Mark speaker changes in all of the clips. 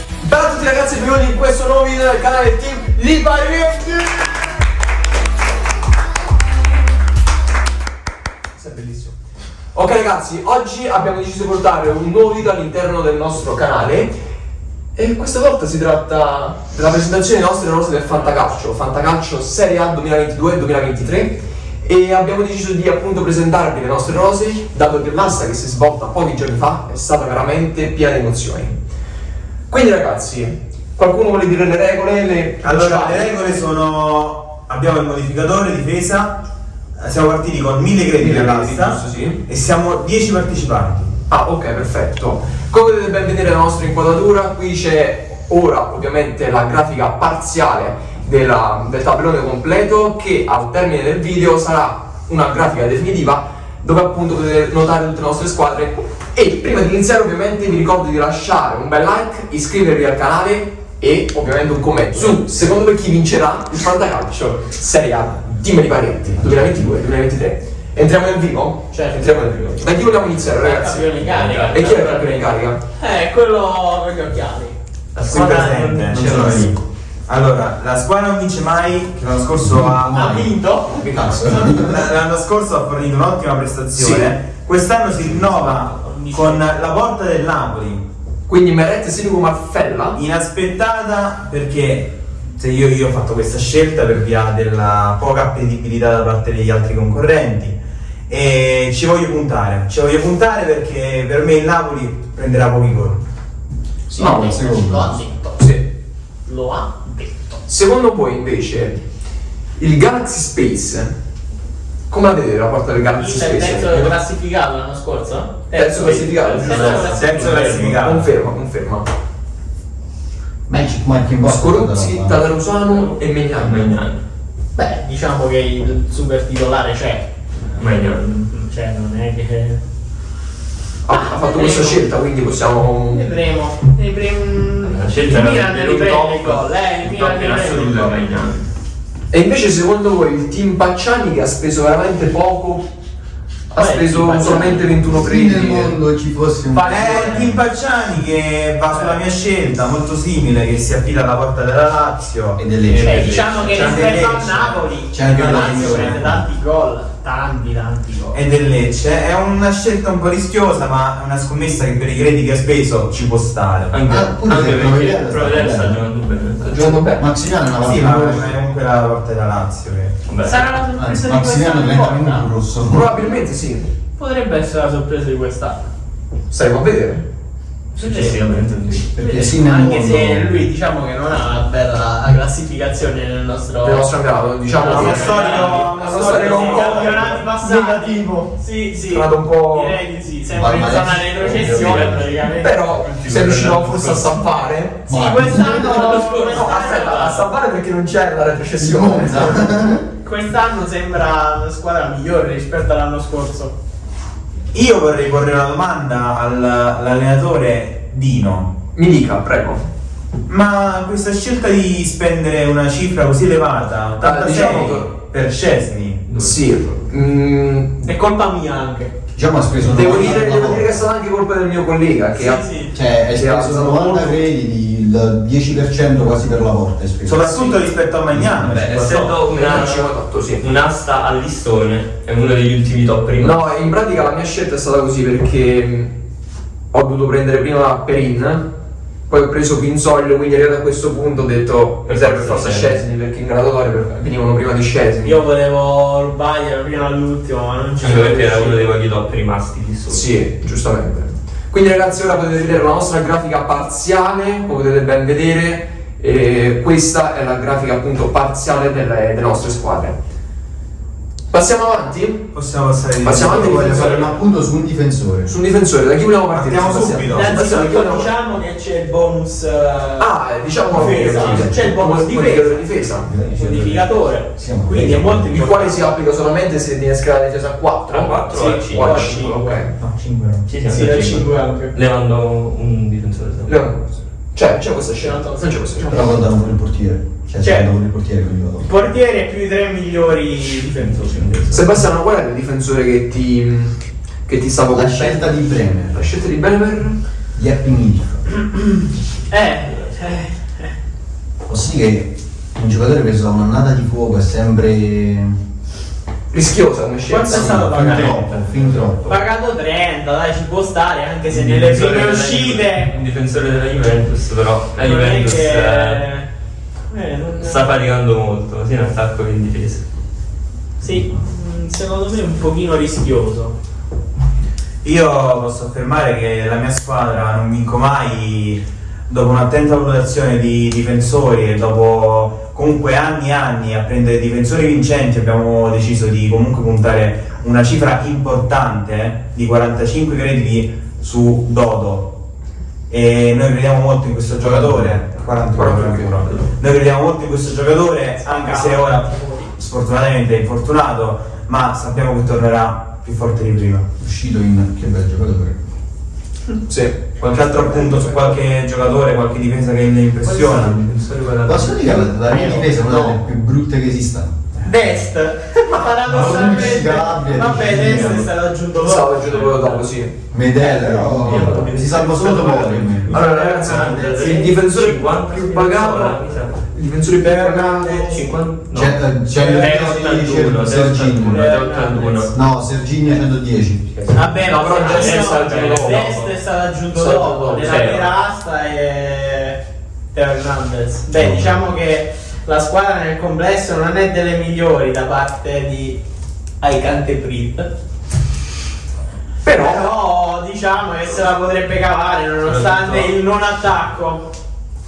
Speaker 1: tutti ragazzi e benvenuti in questo nuovo video del canale Team Liberty Questo è bellissimo Ok ragazzi, oggi abbiamo deciso di portare un nuovo video all'interno del nostro canale e questa volta si tratta della presentazione delle nostre rose del Fantacalcio, Fantacalcio Serie A 2022-2023 e abbiamo deciso di appunto presentarvi le nostre rose, dato che l'asta che si è svolta pochi giorni fa è stata veramente piena di emozioni. Quindi ragazzi, qualcuno vuole dire le regole? Le
Speaker 2: Allora,
Speaker 1: principali?
Speaker 2: le regole sono: abbiamo il modificatore, difesa. eh, Siamo partiti con 1000 crediti
Speaker 1: Mille
Speaker 2: all'asta
Speaker 1: crediti, sì.
Speaker 2: e siamo 10 partecipanti.
Speaker 1: Ah, ok, perfetto. Come potete ben vedere la nostra inquadratura, qui c'è ora ovviamente la grafica parziale della- del tabellone completo che al termine del video sarà una grafica definitiva dove appunto potete notare tutte le nostre squadre e prima di iniziare ovviamente vi ricordo di lasciare un bel like, iscrivervi al canale e ovviamente un commento su secondo me chi vincerà il fantacalcio Serie A Team di Parenti 2022-2023 entriamo nel vivo?
Speaker 3: Certo.
Speaker 1: entriamo nel vivo da chi vogliamo iniziare ragazzi?
Speaker 3: Campione in carica.
Speaker 1: E chi è il campione in carica?
Speaker 3: Eh, quello con gli occhiali.
Speaker 2: Qui presente, non
Speaker 1: c'era
Speaker 2: sono
Speaker 1: la
Speaker 2: lì. Allora, la squadra non vince mai, che l'anno scorso
Speaker 3: Ha
Speaker 1: Ah,
Speaker 2: ha,
Speaker 3: vinto.
Speaker 1: Che cazzo?
Speaker 2: L- l'anno scorso ha fornito un'ottima prestazione. Quest'anno si rinnova con la porta del Napoli.
Speaker 1: Quindi Meret Silico Marfella
Speaker 2: inaspettata perché se io, io ho fatto questa scelta per via della poca appetibilità da parte degli altri concorrenti e ci voglio puntare, ci voglio puntare perché per me il Napoli prenderà pochi gol.
Speaker 1: Sì,
Speaker 3: Lo ha
Speaker 1: un
Speaker 3: detto,
Speaker 1: secondo.
Speaker 3: Lo ha detto.
Speaker 1: Sì.
Speaker 3: Lo ha detto.
Speaker 1: Secondo voi invece il Galaxy Space come la vedete la porta del Galaxy
Speaker 3: Il terzo
Speaker 1: Space?
Speaker 3: classificato l'anno scorso?
Speaker 1: Terzo classificato,
Speaker 3: terzo
Speaker 1: giusto?
Speaker 3: classificato.
Speaker 2: Terzo classificato.
Speaker 1: Conferma, conferma.
Speaker 4: Magic Mike in box
Speaker 1: Scoruzzi, Tatarusano e Megnan.
Speaker 3: Beh, diciamo che il super titolare c'è. Cioè, non è che.
Speaker 1: Ha, ha fatto questa scelta, quindi possiamo.
Speaker 3: Vedremo. Vedremo.
Speaker 5: La scelta
Speaker 3: il
Speaker 5: era
Speaker 3: Milan
Speaker 5: del
Speaker 3: riprende il
Speaker 5: top,
Speaker 3: gol, eh, il
Speaker 5: il
Speaker 3: Milan
Speaker 5: top
Speaker 3: riprende
Speaker 5: in
Speaker 3: il
Speaker 5: assoluto è
Speaker 3: gol.
Speaker 5: Magnani.
Speaker 1: E invece secondo voi il team Pacciani che ha speso veramente poco? Ha
Speaker 3: Beh, il
Speaker 1: speso
Speaker 3: team
Speaker 1: solamente
Speaker 3: Pacciani.
Speaker 1: 21
Speaker 4: Se nel
Speaker 1: crediti.
Speaker 4: mondo ci fosse un
Speaker 2: È il Team Eh, Pacciani che va sulla mia scelta, molto simile, che si affida alla porta della Lazio.
Speaker 4: e delle
Speaker 3: Cioè, diciamo che
Speaker 2: C'è anche
Speaker 3: rispetto a
Speaker 2: Lecce.
Speaker 3: Napoli,
Speaker 4: C'è anche
Speaker 3: la
Speaker 4: Lazio.
Speaker 3: Lazio prende tanti gol. Tanti, tanti gol.
Speaker 2: E del Lecce è una scelta un po' rischiosa, ma è una scommessa che per i crediti che ha speso ci può stare.
Speaker 5: Anche,
Speaker 4: Ah, appunto,
Speaker 5: anche
Speaker 4: il
Speaker 5: perché
Speaker 4: Provedella sta
Speaker 5: Provedella sta
Speaker 4: giocando
Speaker 5: giocando bene.
Speaker 1: Giocando bene.
Speaker 4: Maximiliano è una
Speaker 2: Sì,
Speaker 4: volta
Speaker 2: ma
Speaker 4: rossa.
Speaker 2: è comunque la porta della Lazio. eh. Che...
Speaker 5: Vabbè.
Speaker 3: Sarà la
Speaker 4: Anzi,
Speaker 3: sorpresa di
Speaker 4: Maximiliano diventa
Speaker 3: quest'anno.
Speaker 4: un
Speaker 3: Porta.
Speaker 4: rosso.
Speaker 1: Probabilmente sì.
Speaker 3: Potrebbe essere la sorpresa di quest'anno.
Speaker 1: Staremo a vedere.
Speaker 5: Successivamente sì.
Speaker 4: Perché sì, nel
Speaker 3: Anche
Speaker 4: mondo-
Speaker 3: se lui diciamo che non ha una bella classificazione nel nostro,
Speaker 1: Del nostro grado, diciamo.
Speaker 2: No,
Speaker 1: che-
Speaker 2: ma storico-
Speaker 1: la storia
Speaker 3: dei
Speaker 1: con
Speaker 3: campionati passati.
Speaker 1: negativo.
Speaker 3: Sì, sì.
Speaker 1: È stato un po'-
Speaker 3: Direi di sì, sempre in
Speaker 4: Barbaresco,
Speaker 3: zona di recessione praticamente.
Speaker 1: Però se riusciamo forse a salvare.
Speaker 3: Sì, quest'anno,
Speaker 1: No, aspetta, a salvare perché non c'è la retrocessione.
Speaker 4: Monza.
Speaker 3: quest'anno sembra la squadra migliore rispetto all'anno scorso.
Speaker 2: Io vorrei porre una domanda al- all'allenatore Dino.
Speaker 1: Mi dica, prego.
Speaker 2: Ma questa scelta di spendere una cifra così elevata, 86
Speaker 1: diciamo che-
Speaker 2: per Cesni,
Speaker 1: Sì, mm,
Speaker 3: È colpa mia anche.
Speaker 4: Diciamo ha speso una
Speaker 1: devo,
Speaker 4: volta
Speaker 1: dire,
Speaker 4: una
Speaker 1: devo dire che è
Speaker 4: volta.
Speaker 1: stata anche colpa del mio collega che
Speaker 3: Sì,
Speaker 1: ha-
Speaker 3: sì.
Speaker 4: Cioè, hai
Speaker 1: Sì, ha
Speaker 4: speso
Speaker 1: alzato
Speaker 4: 90
Speaker 1: molto.
Speaker 4: crediti, il 10% quasi per la volta hai speso.
Speaker 2: soprattutto rispetto a Magnano. cioè,
Speaker 5: Vabbè,
Speaker 2: ci guardò.
Speaker 5: essendo una,
Speaker 1: 58, sì.
Speaker 5: un'asta a listone, è uno degli ultimi top prima.
Speaker 1: No, in pratica la mia scelta è stata così perché mm, ho dovuto prendere prima Perin, poi ho preso Pinzoglio, quindi arrivato a questo punto ho detto mi serve forse Scesni perché in graduatoria per- venivano prima di Scesni.
Speaker 3: Io volevo il Bayern prima all'ultimo, ma non ci
Speaker 5: Anche perché Cioè, era
Speaker 3: riuscito.
Speaker 5: uno dei pochi top rimasti lì sopra.
Speaker 1: Sì, giustamente. Quindi ragazzi ora potete vedere la nostra grafica parziale, come potete ben vedere, e questa è la grafica appunto parziale delle, delle nostre squadre. Passiamo avanti
Speaker 2: Possiamo passare di
Speaker 1: Passiamo
Speaker 2: nuovo.
Speaker 1: avanti.
Speaker 4: Voglio fare un appunto su un difensore.
Speaker 1: su un difensore, da chi vogliamo partire?
Speaker 2: Partiamo
Speaker 1: Sebastiano?
Speaker 2: subito.
Speaker 1: Sebastiano, chi
Speaker 3: Innanzitutto
Speaker 1: vogliamo-
Speaker 3: diciamo che c'è il bonus eh,
Speaker 1: Ah, eh, diciamo
Speaker 3: difesa,
Speaker 1: che-
Speaker 3: c'è il bonus
Speaker 1: come- come dire,
Speaker 3: difesa,
Speaker 1: difesa.
Speaker 4: Cioè,
Speaker 3: modificatore,
Speaker 4: Siamo
Speaker 3: quindi è molto
Speaker 1: Il quale
Speaker 3: importante.
Speaker 1: si applica solamente se viene scheda la difesa a 4?
Speaker 5: A Ah, quattro eh, o a
Speaker 1: sì, o a 5,
Speaker 3: cinque.
Speaker 1: ok.
Speaker 2: No, 5 no.
Speaker 5: Sì, siamo
Speaker 3: Sì,
Speaker 5: da
Speaker 3: da
Speaker 5: cinque.
Speaker 3: 5 anche.
Speaker 5: Levando un difensore. se no.
Speaker 1: Leon, Cioè, C'è, c'è questa scena, non c'è questa
Speaker 4: Però
Speaker 1: scena.
Speaker 4: contano pure il portiere. Cioè,
Speaker 3: Cioè.
Speaker 4: se contano pure il portiere quindi vado.
Speaker 3: Il portiere è più di tre migliori difensori.
Speaker 1: Sebastiano, qual è il difensore che ti, che ti stavo
Speaker 4: La scelta di Bremer,
Speaker 1: La scelta di Bremer?
Speaker 4: Jeppin Ilf.
Speaker 3: Eh,
Speaker 4: Così che un giocatore preso da un'annata di fuoco è sempre...
Speaker 1: rischiosa come scelta.
Speaker 3: Quanto è stato
Speaker 4: fin
Speaker 3: pagato?
Speaker 4: troppo, fin troppo.
Speaker 3: Pagato 30, dai, ci può stare, anche se
Speaker 5: Un
Speaker 3: nelle
Speaker 5: difensore
Speaker 3: prime
Speaker 5: della Juve-
Speaker 3: uscite.
Speaker 5: Un difensore della Juventus, però la
Speaker 3: non è
Speaker 5: Eh, Juventus
Speaker 3: che-
Speaker 5: eh,
Speaker 3: eh, non-
Speaker 5: sta faticando molto, sia in attacco che in difesa.
Speaker 3: Sì, mm, secondo me è un pochino rischioso.
Speaker 2: Io posso affermare che la mia squadra non vinco mai dopo un'attenta valutazione di difensori e dopo comunque anni e anni a prendere difensori vincenti abbiamo deciso di comunque puntare una cifra importante eh, di 45 crediti su Dodo e noi crediamo molto in questo giocatore
Speaker 1: 45.
Speaker 2: 41 noi crediamo molto in questo giocatore anche se ora sfortunatamente è infortunato ma sappiamo che tornerà più forte di prima
Speaker 4: Uscito in... che bel giocatore.
Speaker 1: Sì.
Speaker 2: Qualche altro appunto su qualche giocatore, qualche difesa che ne impressiona?
Speaker 4: Posso dire che la mia difesa è una
Speaker 2: No.
Speaker 4: delle più brutte che esista.
Speaker 3: Dest, paradossalmente.
Speaker 4: Ma non mi scambia,
Speaker 3: Vabbè,
Speaker 4: dici,
Speaker 3: Dest è
Speaker 4: no.
Speaker 3: stato aggiunto dopo.
Speaker 1: Stavo giù quello dopo, sì.
Speaker 4: Medel,
Speaker 5: Io non
Speaker 4: però
Speaker 5: mi-
Speaker 4: si salva solo Tomori.
Speaker 1: Allora, ragazzi, il difensore più pagato. Il difensore più pagato.
Speaker 5: 50 no.
Speaker 4: C'è- eh, c'è-
Speaker 5: Sei 81, sei
Speaker 4: Serginho.
Speaker 5: 81, sei 81.
Speaker 4: No, Serginio 110.
Speaker 3: Vabbè,
Speaker 1: No,
Speaker 3: ma cioè,
Speaker 1: però Dest è stato aggiunto dopo.
Speaker 3: Dest è stato aggiunto
Speaker 1: Stato
Speaker 3: dopo.
Speaker 1: dopo,
Speaker 3: Nella
Speaker 5: zero.
Speaker 3: vera asta è Teo Hernandez. Beh, diciamo che la squadra nel complesso non è delle migliori da parte di Aicante Prit.
Speaker 1: Però,
Speaker 3: Però diciamo che se la potrebbe cavare nonostante il non attacco.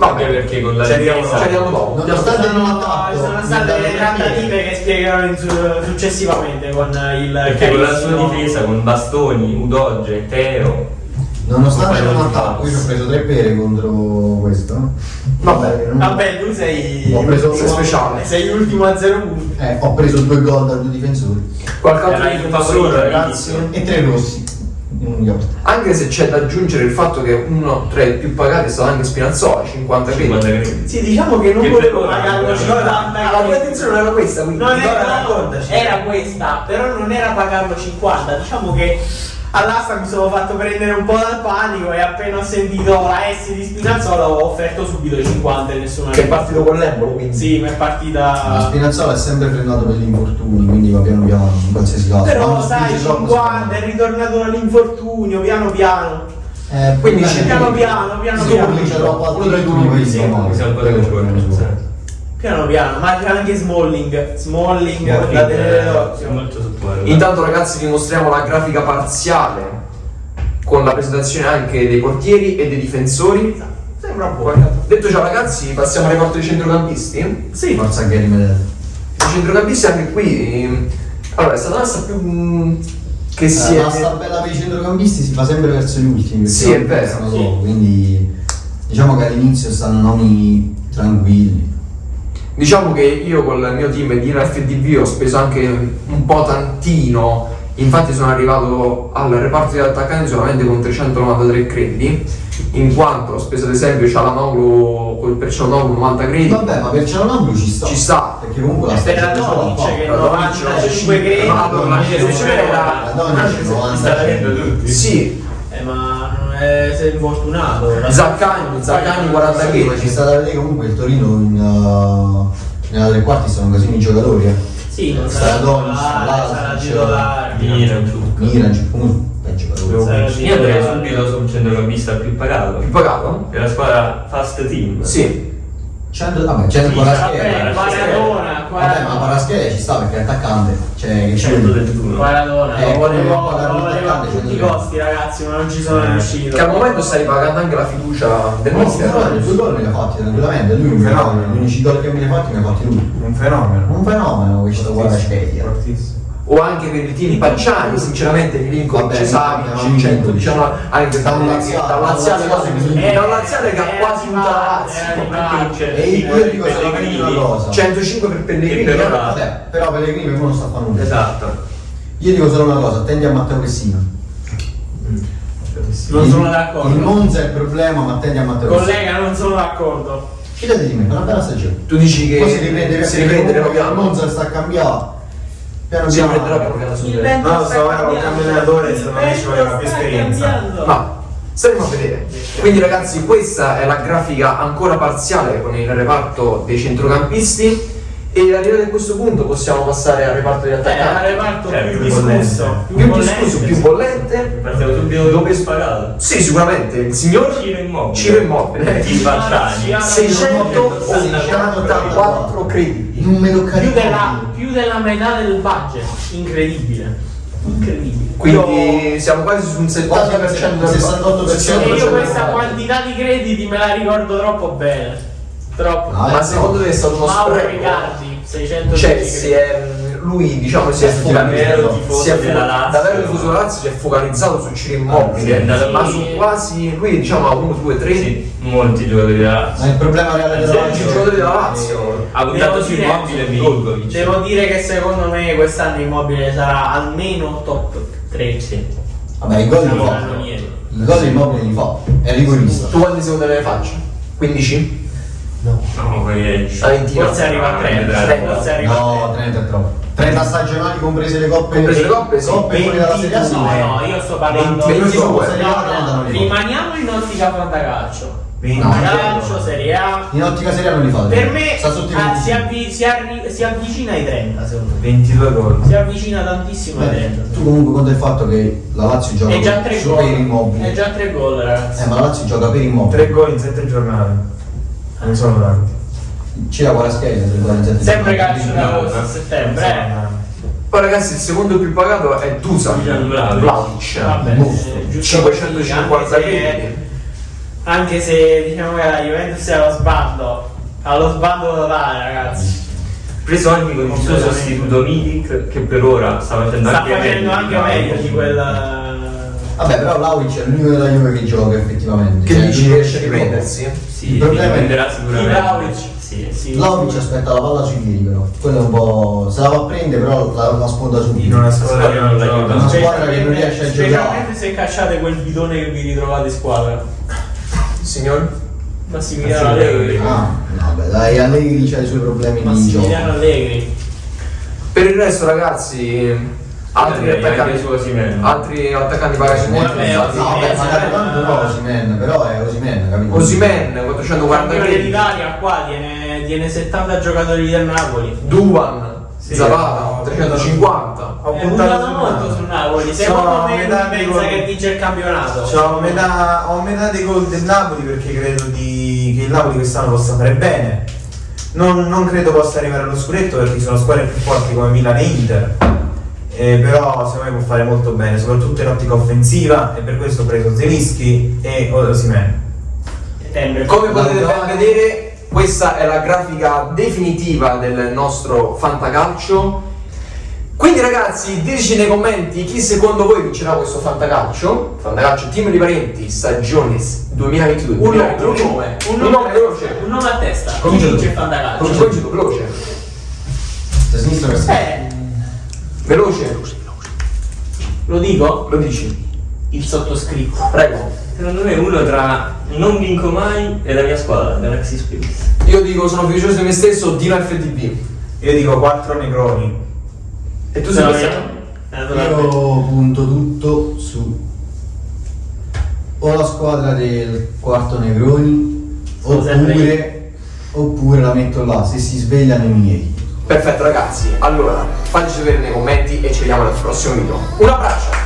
Speaker 5: Anche
Speaker 1: vabbè, Cioè,
Speaker 5: perché con la
Speaker 2: Ci arriviamo
Speaker 1: ci arriviamo dopo.
Speaker 4: Nonostante il non attacco,
Speaker 3: Ci sono state delle trattative che spiegherò in su- successivamente con il
Speaker 1: cioè,
Speaker 5: Perché con la sua
Speaker 1: diciamo,
Speaker 3: carissimo-
Speaker 5: difesa, con Bastoni, Udoge, Teo,
Speaker 4: Nonostante
Speaker 5: Vabbè,
Speaker 4: il non
Speaker 5: non
Speaker 4: attacco,
Speaker 5: fa.
Speaker 4: io ho preso tre pere contro questo. Eh, Vabbè, non-
Speaker 3: Vabbè, tu sei
Speaker 4: Ho preso
Speaker 3: l'ultimo-
Speaker 4: un
Speaker 1: speciale.
Speaker 3: Sei l'ultimo a zero punti.
Speaker 4: Eh, ho preso due gol da due difensori
Speaker 1: Qualche altro
Speaker 5: Era il
Speaker 1: difensore,
Speaker 5: favorito
Speaker 1: ragazzi.
Speaker 5: all'inizio.
Speaker 4: e tre rossi in un orto.
Speaker 1: Anche se c'è da aggiungere il fatto che uno tra i più pagati è stato anche Spinazzola, 50
Speaker 5: 50
Speaker 1: crediti.
Speaker 5: gradi.
Speaker 3: Sì, diciamo che non
Speaker 5: Che
Speaker 3: volevo
Speaker 5: bello,
Speaker 3: pagarlo
Speaker 5: bello.
Speaker 3: 50
Speaker 1: Ah, la mia attenzione era questa, quindi.
Speaker 3: Non era,
Speaker 2: Allora, raccontaci.
Speaker 3: era questa, però non era pagarlo 50. Diciamo che all'asta mi sono fatto prendere un po' dal panico e appena ho sentito la S di Spinazzola ho offerto subito 50 e nessuno
Speaker 1: Che è partito con l'embolo, quindi.
Speaker 3: Sì, ma è
Speaker 4: La
Speaker 3: partita.
Speaker 4: Ah, Spinazzola è sempre frenato per gli infortuni, quindi va piano piano in qualsiasi caso.
Speaker 3: Però
Speaker 4: Quando
Speaker 3: sai,
Speaker 4: spinge troppo,
Speaker 3: 50 è ritornato dall'infortunio, piano piano.
Speaker 4: spara. Eh,
Speaker 1: Quindi c'è-
Speaker 3: Piano
Speaker 4: piano
Speaker 3: piano, piano
Speaker 4: Sì,
Speaker 3: piano.
Speaker 4: comunque c'è troppo
Speaker 1: Uno
Speaker 4: altri
Speaker 1: dei due
Speaker 4: turni,
Speaker 1: non
Speaker 4: quindi eh,
Speaker 1: siamo,
Speaker 4: no,
Speaker 5: siamo ancora
Speaker 4: quello
Speaker 5: giovani,
Speaker 4: non è giusto.
Speaker 5: sì.
Speaker 3: Piano piano, ma c'è anche Smalling. Smalling, da
Speaker 5: Eh,
Speaker 3: dell'occhio.
Speaker 5: molto sottovalutato.
Speaker 1: Intanto, ragazzi, vi mostriamo la grafica parziale con la presentazione anche dei portieri e dei difensori.
Speaker 3: Sembra un po'.
Speaker 1: Guardate. Detto ciò, ragazzi, passiamo ai quattro centrocampisti.
Speaker 3: Sì,
Speaker 4: Forza Gary Medel.
Speaker 1: I centrocampisti anche qui. ehm, Allora, è stata la più. mm, che si
Speaker 4: Eh,
Speaker 1: è.
Speaker 4: La tabella per i centrocampisti si fa sempre verso gli ultimi. perché
Speaker 1: Sì, è
Speaker 4: non
Speaker 1: vero,
Speaker 4: restano
Speaker 3: sì.
Speaker 4: dopo, Quindi diciamo che all'inizio stanno nomi tranquilli.
Speaker 1: Diciamo che io col mio team di NFDB ho speso anche un po' tantino, infatti sono arrivato al reparto di attaccanti solamente con 393 crediti, in quanto ho speso ad esempio Cialanoglu col Percialanoglu 90 crediti,
Speaker 4: Vabbè, ma per Cialanoglu ci sta.
Speaker 1: ci sta.
Speaker 4: Perché comunque la
Speaker 3: Per
Speaker 4: stagione
Speaker 3: Radonic,
Speaker 4: sua-
Speaker 3: che
Speaker 1: no, Radonic
Speaker 3: 95
Speaker 1: 95,
Speaker 3: gradi.
Speaker 1: Madonna,
Speaker 4: Radonic,
Speaker 1: se c'era-
Speaker 4: Radonic,
Speaker 5: Mi sta vedendo
Speaker 4: 95.
Speaker 5: tutti.
Speaker 1: Sì,
Speaker 3: Eh, ma eh, sei infortunato.
Speaker 1: Zaccagni, Zaccagni 40
Speaker 4: Sì, ma ci
Speaker 1: crediti.
Speaker 4: sta da vedere comunque il Torino in, uh, nella tre quarti sono casini i giocatori. eh.
Speaker 3: Sì, non
Speaker 4: Sarà
Speaker 3: sarà
Speaker 4: Donis,
Speaker 3: titolare,
Speaker 4: Lazio,
Speaker 3: sarà
Speaker 4: diceva.
Speaker 3: titolare.
Speaker 5: Milan, Ciuc.
Speaker 4: Milan, Giappone, beh, giocatori.
Speaker 3: Sarà
Speaker 5: Io andrei
Speaker 3: titolare.
Speaker 5: subito sul centrocampista più pagato.
Speaker 1: Più pagato?
Speaker 5: È la squadra Fast Team.
Speaker 1: Sì,
Speaker 4: 100, vabbè, 100
Speaker 3: Vabbè,
Speaker 4: Paraschere.
Speaker 3: Maradona,
Speaker 4: Vabbè, ma
Speaker 3: guarda.
Speaker 4: Paraschere ci sta perché è attaccante. Cioè, che c'è.
Speaker 5: 131.
Speaker 3: Maradona,
Speaker 4: Eh,
Speaker 3: lo volevo
Speaker 4: con il
Speaker 3: lo volevo a
Speaker 4: attaccante,
Speaker 3: tutti i
Speaker 4: cioè,
Speaker 3: costi ragazzi, ma non ci sono
Speaker 2: Eh.
Speaker 3: riuscito.
Speaker 1: che al momento stai pagando anche la fiducia del
Speaker 4: No, sì, Oh, però
Speaker 1: mister.
Speaker 4: due gol me li ha fatti tranquillamente, lui è un fenomeno, gli unici gol che me li ha fatti me li ha fatti lui.
Speaker 2: Un fenomeno.
Speaker 4: Un fenomeno questo qua da sceglia.
Speaker 2: Fortissimo.
Speaker 1: O anche per i tini Pacciani, sinceramente Milinkovic,
Speaker 4: Vabbè,
Speaker 1: Savic,
Speaker 4: Milinkovic.
Speaker 1: 119, Cioè, diciamo, anche da
Speaker 4: Da
Speaker 1: un
Speaker 4: un
Speaker 1: laziale, da un
Speaker 4: laziale,
Speaker 1: laziale quasi
Speaker 4: quasi
Speaker 1: da un laziale che ha
Speaker 3: Eh,
Speaker 1: quasi tutta la
Speaker 3: eh,
Speaker 1: Lazio.
Speaker 3: arrivato.
Speaker 5: Perché
Speaker 4: E io
Speaker 5: c'è
Speaker 4: dico solamente una
Speaker 5: Pellegrini.
Speaker 4: cosa. Cioè,
Speaker 1: 105 per Pellegrini,
Speaker 5: Che però-
Speaker 4: Vabbè, però Pellegrini per me non sta a fare nulla.
Speaker 5: Esatto.
Speaker 4: Io dico solo una cosa, attenti a Matteo Messina.
Speaker 2: Fortissimo.
Speaker 3: Non
Speaker 4: Il-
Speaker 3: sono
Speaker 4: Il
Speaker 3: d'accordo.
Speaker 4: Monza è il problema, ma attenti a Matteo Messina.
Speaker 3: Collega, non sono d'accordo.
Speaker 4: Fidati di me, è una bella stagione.
Speaker 1: tu dici che
Speaker 4: Poi si riprende,
Speaker 1: si riprende piano
Speaker 4: il
Speaker 1: piano.
Speaker 4: Monza sta a cambiare. Piano
Speaker 1: si riprenderà
Speaker 4: piano.
Speaker 1: piano piano
Speaker 3: Il
Speaker 1: sul
Speaker 3: vento
Speaker 2: No,
Speaker 3: sta
Speaker 2: stavo era un
Speaker 3: cambiando.
Speaker 2: camminatore,
Speaker 3: Il
Speaker 2: secondo me ci
Speaker 3: vento
Speaker 2: voleva più
Speaker 3: sta
Speaker 2: esperienza.
Speaker 3: cambiando.
Speaker 1: Ma Saremo a vedere. Quindi ragazzi questa è la grafica ancora parziale con il reparto dei centrocampisti e arrivati a questo punto possiamo passare al reparto degli
Speaker 3: Beh, era il
Speaker 1: attaccanti.
Speaker 3: reparto
Speaker 2: Eh,
Speaker 3: più
Speaker 2: più
Speaker 3: discusso,
Speaker 2: bollente.
Speaker 1: Più discusso, più bollente.
Speaker 5: Partiamo subito dove sparato.
Speaker 1: Sì, sicuramente il signor
Speaker 5: Ciro Immobile.
Speaker 1: Ciro Immobile.
Speaker 5: Di Battaglia.
Speaker 1: 684 crediti.
Speaker 4: Numero
Speaker 3: più
Speaker 4: carino.
Speaker 3: della, più della metà del budget, incredibile, incredibile. Io-
Speaker 1: Quindi siamo quasi su un 70% del
Speaker 4: 68%.
Speaker 3: e io
Speaker 1: 68%
Speaker 3: questa
Speaker 1: del-
Speaker 3: quantità di crediti me la ricordo troppo bene. Troppo.
Speaker 4: Ah,
Speaker 1: Ma secondo te è stato uno
Speaker 3: Mauro
Speaker 1: spreco?
Speaker 3: Riccardi, 600
Speaker 1: Cioè, si è, lui diciamo si è
Speaker 4: È
Speaker 5: davvero
Speaker 1: focalizzato
Speaker 5: tifoso
Speaker 1: si è fo-
Speaker 5: della Lazio.
Speaker 1: davvero tifoso della Lazio si è focalizzato su Ciro
Speaker 5: Anzi, è
Speaker 1: Immobile,
Speaker 5: andato-
Speaker 1: ma
Speaker 3: sì.
Speaker 1: su quasi lui diciamo a 1, 2, 3
Speaker 5: Sì, molti giocatori della Lazio.
Speaker 4: Ma il problema reale della
Speaker 5: Sergio.
Speaker 1: il
Speaker 4: Lazio
Speaker 1: giocatore della Lazio.
Speaker 5: Ha puntato su Immobile e Milinkovic.
Speaker 3: Devo dire che secondo me quest'anno Immobile sarà almeno top 3. Sì.
Speaker 4: Vabbè, il gol gli fa. Il gol immobile gli fa. È rigorista.
Speaker 1: Tu quanti secondo me ne faccio? 15?
Speaker 4: No.
Speaker 5: No, perché-
Speaker 1: La ventina?
Speaker 3: Forse arriva
Speaker 5: Ah,
Speaker 3: a 30, forse arriva
Speaker 4: No,
Speaker 3: a 30.
Speaker 4: 30 è troppo. 30 stagionali comprese le coppe.
Speaker 1: Comprese le coppe, sì.
Speaker 4: Coppe fuori dalla Serie A, sì.
Speaker 3: No, no, io sto parlando
Speaker 1: 22.
Speaker 4: Serie A, 30
Speaker 3: No,
Speaker 4: non
Speaker 3: no,
Speaker 4: li fa.
Speaker 3: rimaniamo in ottica fantacalcio.
Speaker 2: Quindi-
Speaker 4: No.
Speaker 3: Fantacalcio, Serie A.
Speaker 4: In ottica seria non li fa.
Speaker 3: Per me
Speaker 4: sta sotto i
Speaker 3: ah,
Speaker 4: 20.
Speaker 3: si, avvi- si arri- si avvicina ai 30, secondo me.
Speaker 2: 22 gol.
Speaker 3: Si avvicina tantissimo ai
Speaker 4: Beh,
Speaker 3: 30.
Speaker 4: Tu comunque conta il fatto che la Lazio gioca
Speaker 3: È già 3
Speaker 4: su per
Speaker 3: gol. È
Speaker 4: immobili.
Speaker 3: già 3 gol, ragazzi.
Speaker 4: Eh, ma la Lazio gioca per immobili.
Speaker 2: 3 gol in 7 giornate. Non sono tanti.
Speaker 4: C'era Guaraschieri nel 47.
Speaker 3: Sempre calcio
Speaker 5: No,
Speaker 3: d'agosto a
Speaker 5: no.
Speaker 3: settembre. eh.
Speaker 1: Poi ragazzi il secondo più pagato è Dusan
Speaker 5: Dusan Vlahovic.
Speaker 1: Vlahovic.
Speaker 4: cioè,
Speaker 3: Vabbè,
Speaker 4: Buffo.
Speaker 3: eh, giusto così,
Speaker 1: 550
Speaker 3: anche se-
Speaker 1: crediti.
Speaker 3: Anche se diciamo che la Juventus è allo sbando, allo sbando totale, ragazzi.
Speaker 5: Preso anche con il suo sostituto Milik, che per ora sta facendo
Speaker 3: Sta
Speaker 5: anche
Speaker 3: facendo anche meglio di quella.
Speaker 4: Vabbè, però Vlaovic è l'unico della Juve che gioca effettivamente.
Speaker 1: Che
Speaker 4: Cioè,
Speaker 1: dici
Speaker 4: lui
Speaker 1: riesce a
Speaker 4: gioca.
Speaker 1: riprendersi?
Speaker 5: Sì,
Speaker 4: Il problema è-
Speaker 5: dipenderà sicuramente.
Speaker 3: Di Vlahovic.
Speaker 5: Sì, sì.
Speaker 3: Sì.
Speaker 4: Vlaovic aspetta la palla sui piedi però, quello è un po'... se la va a prendere però la, la sponda sui piedi.
Speaker 2: In una squadra che non la
Speaker 4: Una
Speaker 2: aiuta.
Speaker 4: squadra che non riesce a
Speaker 3: Cioè, Specialmente
Speaker 4: giocare.
Speaker 3: se cacciate quel bidone che vi ritrovate in squadra.
Speaker 1: Signor?
Speaker 3: Massimiliano
Speaker 5: Massimiliano
Speaker 3: Allegri.
Speaker 4: Ah, vabbè dai, Allegri c'ha i suoi problemi di gioco.
Speaker 3: Massimiliano Allegri.
Speaker 1: Per il resto ragazzi altri
Speaker 5: Vabbè,
Speaker 1: attaccanti
Speaker 5: anche su Osimhen.
Speaker 1: altri attaccanti pagati molto
Speaker 3: Vabbè,
Speaker 1: utilizzati.
Speaker 4: No, vabbè,
Speaker 3: Osimhen,
Speaker 4: magari tanto no Osimen, però è Osimen, capito?
Speaker 1: Osimen 440
Speaker 3: Campione
Speaker 1: crediti.
Speaker 3: d'Italia qua tiene, tiene 70 giocatori del Napoli.
Speaker 1: Duvan Zapata
Speaker 2: no,
Speaker 1: 350.
Speaker 2: Ho
Speaker 3: È Eh, puntato
Speaker 2: sul
Speaker 3: molto sul Napoli.
Speaker 2: Sono
Speaker 3: Secondo
Speaker 2: a
Speaker 3: me
Speaker 2: metà
Speaker 3: lui
Speaker 2: dei
Speaker 3: pensa
Speaker 2: gol.
Speaker 3: che vince il campionato.
Speaker 2: Cioè, ho metà, ho metà dei gol del Napoli perché credo di- che il Napoli quest'anno possa fare bene. Non, non credo possa arrivare allo scudetto perché sono squadre più forti come Milan e Inter. Eh, però secondo me può fare molto bene, soprattutto in ottica offensiva e per questo ho preso Zelischi e Osimhen.
Speaker 3: Settembre.
Speaker 1: Come potete ben vedere, questa è la grafica definitiva del nostro fantacalcio. Quindi ragazzi, diteci nei commenti chi secondo voi vincerà questo fantacalcio. Fantacalcio Team di Parenti, stagione 2022.
Speaker 3: un nome,
Speaker 1: 2023.
Speaker 3: un nome, un
Speaker 1: Un
Speaker 3: nome
Speaker 1: nome veloce.
Speaker 3: un nome a testa. Chi
Speaker 4: Comincia tu.
Speaker 3: vince il fantacalcio?
Speaker 1: Un cominciato veloce.
Speaker 4: Da sinistra per sinistra.
Speaker 3: Eh,
Speaker 1: Veloce.
Speaker 3: lo dico?
Speaker 1: Lo dici.
Speaker 3: Il sottoscritto.
Speaker 1: Prego.
Speaker 5: Secondo me uno tra non vinco mai e la mia squadra, Galaxy Space.
Speaker 1: Io dico sono fiducioso di me stesso, Dino FDB.
Speaker 2: Io dico 4 Negroni.
Speaker 1: E tu
Speaker 3: Se
Speaker 1: sei
Speaker 3: lo
Speaker 1: Cristiano?
Speaker 5: Eh,
Speaker 4: Io punto tutto su o la squadra del quarto Negroni
Speaker 3: Sono sempre
Speaker 4: oppure, oppure la metto là, se si svegliano i miei.
Speaker 1: Perfetto ragazzi, allora fateci sapere nei commenti e ci vediamo nel prossimo video. Un abbraccio!